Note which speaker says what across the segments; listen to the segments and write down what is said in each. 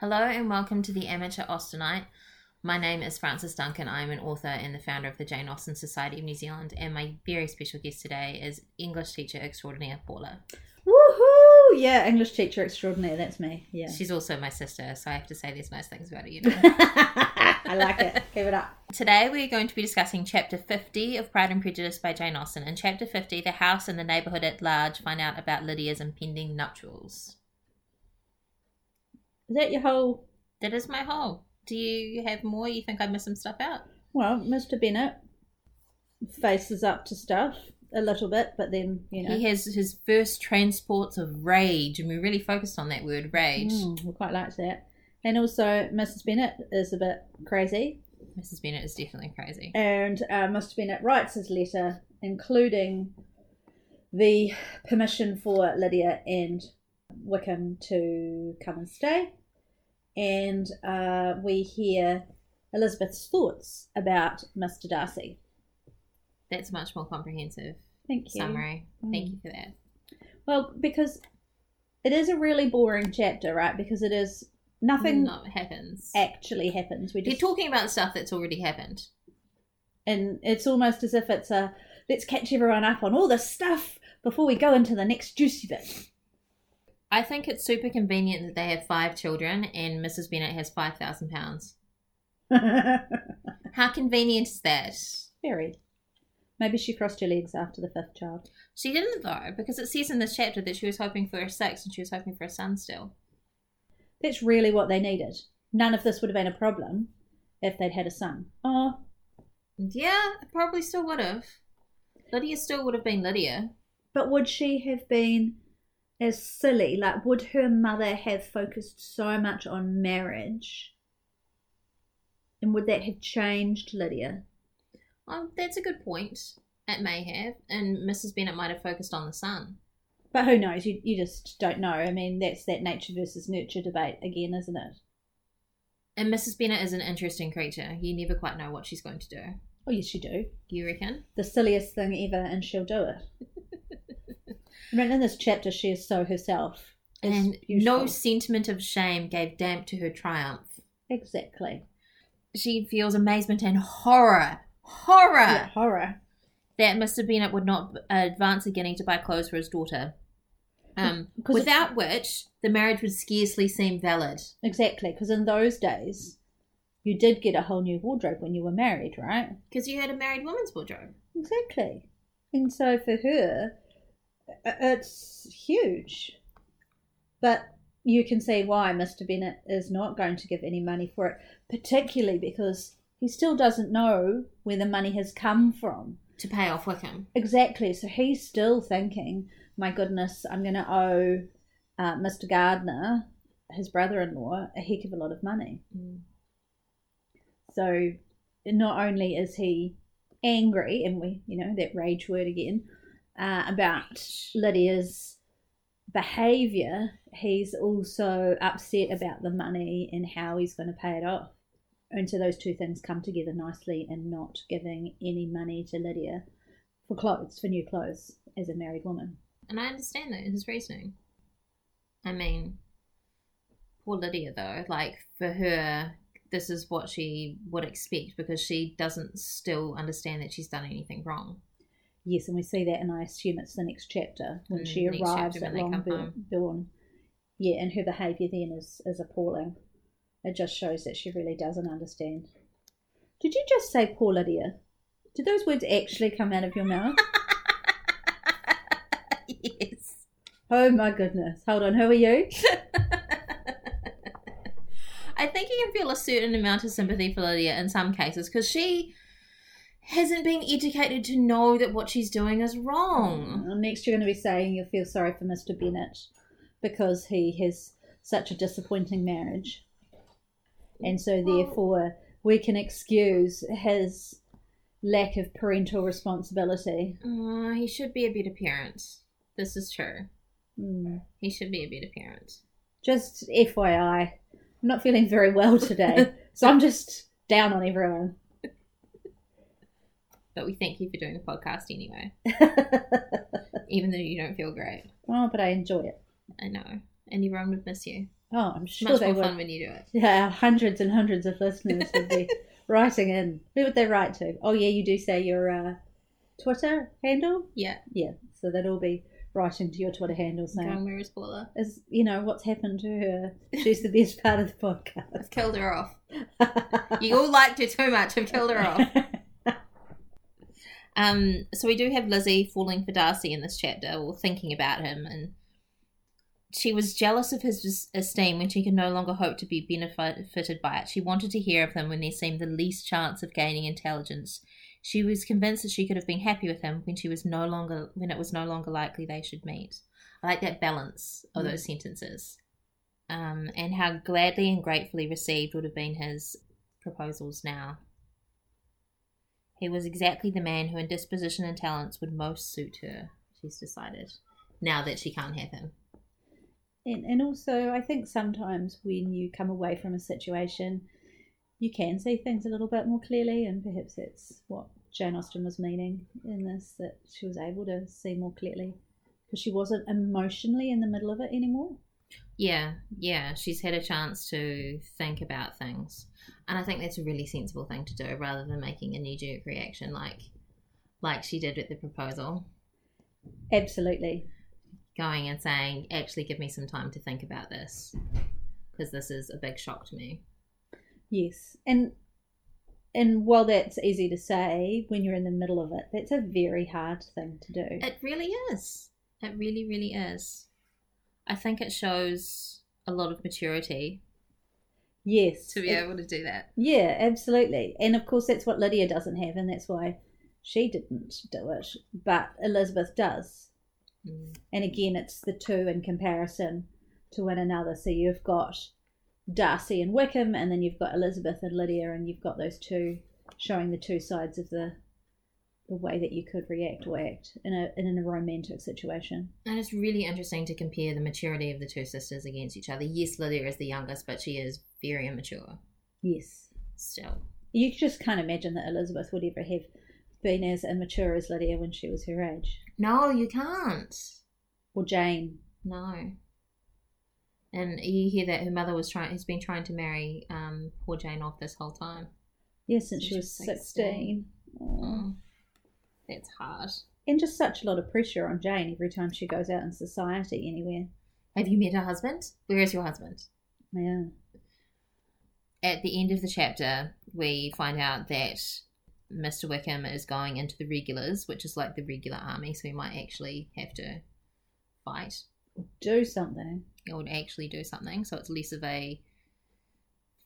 Speaker 1: Hello and welcome to the Amateur Austenite. My name is Frances Duncan. I am an author and the founder of the Jane Austen Society of New Zealand, and my very special guest today is English teacher extraordinaire Paula.
Speaker 2: Woohoo! Yeah, English teacher extraordinaire. That's me. Yeah.
Speaker 1: She's also my sister, so I have to say these nice things about her, you know.
Speaker 2: I like it. Give it up.
Speaker 1: Today we're going to be discussing Chapter 50 of Pride and Prejudice by Jane Austen. In Chapter 50, the house and the neighbourhood at large find out about Lydia's impending nuptials.
Speaker 2: Is that your whole?
Speaker 1: That is my whole. Do you have more? You think I missed some stuff out?
Speaker 2: Well, Mr. Bennett faces up to stuff a little bit, but then you know.
Speaker 1: He has his first transports of rage, and we really focused on that word rage.
Speaker 2: Mm, we quite liked that. And also, Mrs. Bennett is a bit crazy,
Speaker 1: Mrs. Bennett is definitely crazy.
Speaker 2: and uh, Mr. Bennett writes his letter, including the permission for Lydia and Wickham to come and stay. And uh, we hear Elizabeth's thoughts about Mr. Darcy.
Speaker 1: That's a much more comprehensive
Speaker 2: Thank you.
Speaker 1: summary.
Speaker 2: Mm.
Speaker 1: Thank you for that.
Speaker 2: Well, because it is a really boring chapter, right? Because it is nothing
Speaker 1: Not happens.
Speaker 2: actually happens. We
Speaker 1: You're
Speaker 2: just
Speaker 1: talking about stuff that's already happened.
Speaker 2: and it's almost as if it's a let's catch everyone up on all this stuff before we go into the next juicy bit.
Speaker 1: I think it's super convenient that they have five children and Mrs. Bennett has five thousand pounds. How convenient is that?
Speaker 2: Very. Maybe she crossed her legs after the fifth child.
Speaker 1: She didn't though, because it says in this chapter that she was hoping for a six and she was hoping for a son still.
Speaker 2: That's really what they needed. None of this would have been a problem if they'd had a son. Oh,
Speaker 1: Yeah, I probably still would have. Lydia still would have been Lydia.
Speaker 2: But would she have been as silly? Like, would her mother have focused so much on marriage? And would that have changed Lydia?
Speaker 1: Oh, that's a good point. It may have, and Mrs. Bennett might have focused on the son.
Speaker 2: But who knows? You, you just don't know. I mean, that's that nature versus nurture debate again, isn't it?
Speaker 1: And Mrs. Bennett is an interesting creature. You never quite know what she's going to do.
Speaker 2: Oh, yes, you do.
Speaker 1: You reckon?
Speaker 2: The silliest thing ever, and she'll do it. I mean, in this chapter, she is so herself. It's
Speaker 1: and
Speaker 2: beautiful.
Speaker 1: no sentiment of shame gave damp to her triumph.
Speaker 2: Exactly.
Speaker 1: She feels amazement and horror, horror
Speaker 2: Yeah, horror.
Speaker 1: that Mr. Bennett would not advance a guinea to buy clothes for his daughter. Um,
Speaker 2: Because it's-
Speaker 1: without which, the marriage would scarcely seem valid.
Speaker 2: Exactly, because in those days, you did get a whole new wardrobe when you were married, right?
Speaker 1: Because you had a married woman's wardrobe.
Speaker 2: Exactly. And so for her, i- it's huge. But you can see why Mr. Bennett is not going to give any money for it, particularly because he still doesn't know where the money has come from.
Speaker 1: To pay off Wickham.
Speaker 2: Exactly. So he's still thinking, my goodness, I'm going to owe uh, Mr. Gardner, his brother in law, a heck of a lot of money. So not only is he angry, and we, you know, that rage word again, uh, about Lydia's behaviour, he's also upset about the money and how he's going to pay it off. And so those two things come together nicely in not giving any money to Lydia for clothes, for new clothes as a married woman.
Speaker 1: And I understand that his reasoning. I mean, poor Lydia though. Like for her, this is what she would expect because she doesn't still understand that she's done anything wrong.
Speaker 2: Yes, and we see that, and I assume it's the next chapter when
Speaker 1: Mm,
Speaker 2: she
Speaker 1: next
Speaker 2: arrives
Speaker 1: chapter when
Speaker 2: at
Speaker 1: they come
Speaker 2: Longbourn. Yeah, and her behaviour then is, is appalling. It just shows that she really doesn't understand. Did you just say poor Lydia? Did those words actually come out of your mouth?
Speaker 1: yes.
Speaker 2: oh my goodness. Hold on, who are you?
Speaker 1: I think you can feel a certain amount of sympathy for Lydia in some cases because she hasn't been educated to know that what she's doing is wrong.
Speaker 2: Well, Next, you're going to be saying you'll feel sorry for Mr. Bennett because he has such a disappointing marriage. And so,
Speaker 1: Well-
Speaker 2: therefore, we can excuse his lack of parental responsibility.
Speaker 1: Uh, he should be a better parent. This is true.
Speaker 2: Mm.
Speaker 1: He should be a better parent.
Speaker 2: Just FYI, I'm not feeling very well today, so I'm just down on everyone.
Speaker 1: but we thank you for doing the podcast anyway. Even though you don't feel great.
Speaker 2: Oh, but I enjoy it.
Speaker 1: I know. And everyone would miss you.
Speaker 2: Oh, I'm sure
Speaker 1: Much
Speaker 2: they
Speaker 1: more
Speaker 2: would.
Speaker 1: fun when you do it.
Speaker 2: Yeah, our hundreds and hundreds of listeners would be writing in. Who would they write to? Oh, yeah, you do say your uh, Twitter handle.
Speaker 1: Yeah.
Speaker 2: Yeah, so they'd all be writing to your Twitter handle saying,
Speaker 1: Going, where is Paula?
Speaker 2: "Is you know what's happened to her? She's the best part of the
Speaker 1: I've killed her off.
Speaker 2: podcast."
Speaker 1: You all liked her too much. I've killed her off. Um, so we do have Lizzie falling for Darcy in this chapter, or thinking about him, and she was jealous of his es- esteem when she could no longer hope to be benefited by it. She wanted to hear of him when there seemed the least chance of gaining intelligence. She was convinced that she could have been happy with him when she was no longer when it was no longer likely they should meet. I like that balance of
Speaker 2: Mm.
Speaker 1: those sentences, um, and how gladly and gratefully received would have been his proposals now. He was exactly the man who, in disposition and talents, would most suit her. She's decided now that she can't have him.
Speaker 2: And, and also, I think sometimes when you come away from a situation, you can see things a little bit more clearly, and perhaps that's what Jane Austen was meaning in this that she was able to see more clearly because she wasn't emotionally in the middle of it anymore.
Speaker 1: Yeah, yeah, she's had a chance to think about things. And I think that's a really sensible thing to do rather than making a knee jerk reaction like like she did at the proposal,
Speaker 2: Absolutely.
Speaker 1: going and saying, actually, give me some time to think about this because this is a big shock to me.
Speaker 2: Yes. And and while that's easy to say when you're in the middle of it, that's a very hard thing to do.
Speaker 1: It really is. It really, really is. I think it shows a lot of maturity
Speaker 2: yes.
Speaker 1: to be
Speaker 2: it-
Speaker 1: able to do that.
Speaker 2: Yeah, absolutely. And of course, that's what Lydia doesn't have, and that's why she didn't do it. But Elizabeth does.
Speaker 1: Mm.
Speaker 2: And again, it's the two in comparison to one another. So you've got Darcy and Wickham, and then you've got Elizabeth and Lydia, and you've got those two showing the two sides of the the way that you could react or act in a in a romantic situation.
Speaker 1: And it's really interesting to compare the maturity of the two sisters against each other. Yes, Lydia is the youngest, but she is very immature
Speaker 2: Yes.
Speaker 1: still.
Speaker 2: You just can't imagine that Elizabeth would ever have been as immature as Lydia when she was her age.
Speaker 1: No, you can't.
Speaker 2: Or Jane.
Speaker 1: No. And you hear that her mother was trying has been trying to marry um, poor Jane off this whole time.
Speaker 2: Yeah, since
Speaker 1: Since
Speaker 2: she was
Speaker 1: she was
Speaker 2: 16. Aw.
Speaker 1: Mm. That's hard.
Speaker 2: And just such a lot of pressure on Jane every time she goes out in society anywhere.
Speaker 1: Have you met her husband? Where is your husband?
Speaker 2: Yeah.
Speaker 1: at the end of the chapter, we find out that Mr. Wickham is going into the regulars, which is like the regular army, so he might actually have to fight
Speaker 2: Do something.
Speaker 1: or actually do something. So it's less of a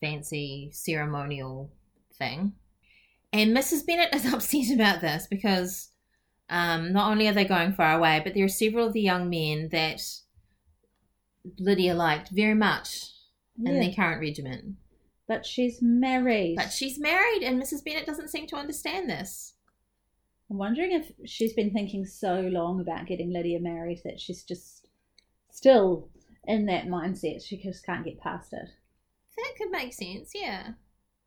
Speaker 1: fancy ceremonial thing. And Mrs. Bennett is upset about this because um, not only are they going far away, but there are several of the young men that Lydia liked very much in
Speaker 2: Yeah.
Speaker 1: their current regiment.
Speaker 2: But she's married.
Speaker 1: But she's married, and Mrs. Bennett doesn't seem to understand this.
Speaker 2: I'm wondering if she's been thinking so long about getting Lydia married that she's just still in that mindset. She just can't get past it.
Speaker 1: That could make sense, yeah.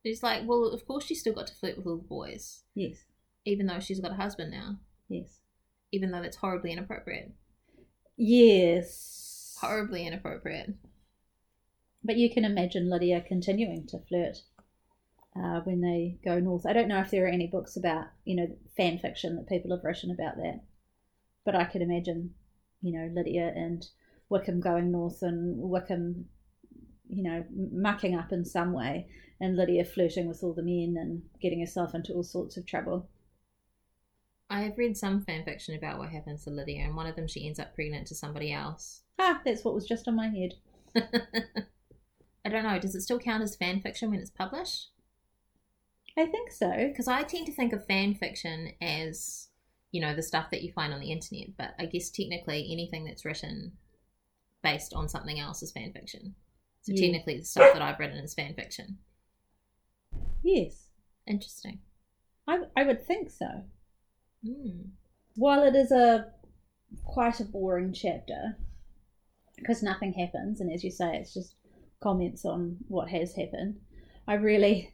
Speaker 1: It's like, well, of course she's still got to flirt with all the boys,
Speaker 2: Yes.
Speaker 1: even though she's got a husband now,
Speaker 2: Yes.
Speaker 1: even though that's horribly inappropriate.
Speaker 2: Yes.
Speaker 1: Horribly inappropriate.
Speaker 2: But you can imagine Lydia continuing to flirt uh, when they go north. I don't know if there are any books about, you know, fan fiction that people have written about that. But I could imagine, you know, Lydia and Wickham going north and Wickham, you know, mucking up in some way and Lydia flirting with all the men and getting herself into all sorts of trouble.
Speaker 1: I have read some fan fiction about what happens to Lydia, and one of them she ends up pregnant to somebody else.
Speaker 2: Ah, that's what was just on my head.
Speaker 1: I don't know, does it still count as fan fiction when it's published?
Speaker 2: I think so.
Speaker 1: Because I tend to think of fan fiction as, you know, the stuff that you find on the internet, but I guess technically anything that's written based on something else is fan fiction. So
Speaker 2: Yeah.
Speaker 1: technically the stuff that I've written is fan fiction.
Speaker 2: Yes.
Speaker 1: Interesting.
Speaker 2: I, I would think so.
Speaker 1: Mm.
Speaker 2: while it is a quite a boring chapter because nothing happens and as you say it's just comments on what has happened i really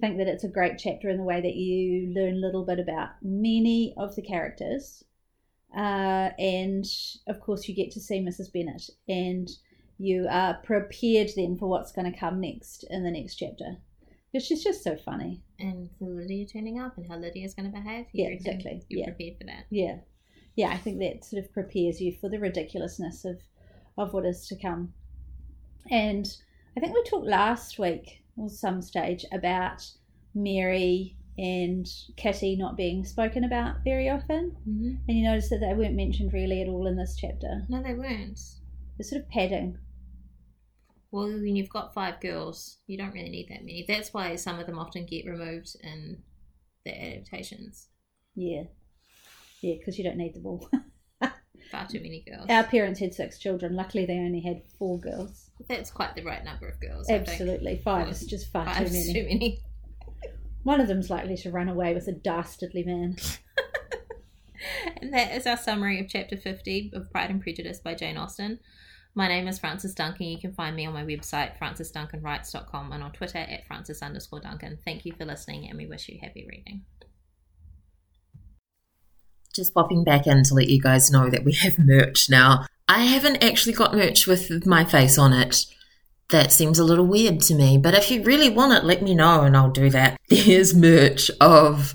Speaker 2: think that it's a great chapter in the way that you learn a little bit about many of the characters uh, and of course you get to see mrs bennett and you are prepared then for what's going to come next in the next chapter. Because she's just so funny.
Speaker 1: and for Lydia turning up and how Lydia's going to behave.
Speaker 2: Yeah,
Speaker 1: you reckon
Speaker 2: exactly.
Speaker 1: You're
Speaker 2: Yeah.
Speaker 1: prepared for that.
Speaker 2: Yeah. Yeah, I think that sort of prepares you for the ridiculousness of, of what is to come. And I think we talked last week or some stage about Mary and Kitty not being spoken about very often.
Speaker 1: Mm-hmm.
Speaker 2: And you notice that they weren't mentioned really at all in this chapter.
Speaker 1: No, they weren't.
Speaker 2: It's sort of padding.
Speaker 1: Well, when you've got five girls, you don't really need that many. That's why some of them often get removed in the adaptations.
Speaker 2: Yeah. Yeah, because you don't need them all.
Speaker 1: Far too many girls.
Speaker 2: Our parents had six children. Luckily, they only had four girls.
Speaker 1: That's quite the right number of girls. I think.
Speaker 2: Absolutely. Five is just far
Speaker 1: Five's
Speaker 2: too many.
Speaker 1: too many.
Speaker 2: One of them's likely to run away with a dastardly man.
Speaker 1: And that is our summary of Chapter 50 of Pride and Prejudice by Jane Austen. My name is Frances Duncan. You can find me on my website, francisduncanwrites.com, and on Twitter at francis underscore duncan. Thank you for listening, and we wish you happy reading.
Speaker 3: just popping back in to let you guys know that we have merch now. I haven't actually got merch with my face on it. That seems a little weird to me, but if you really want it, let me know and I'll do that. There's merch of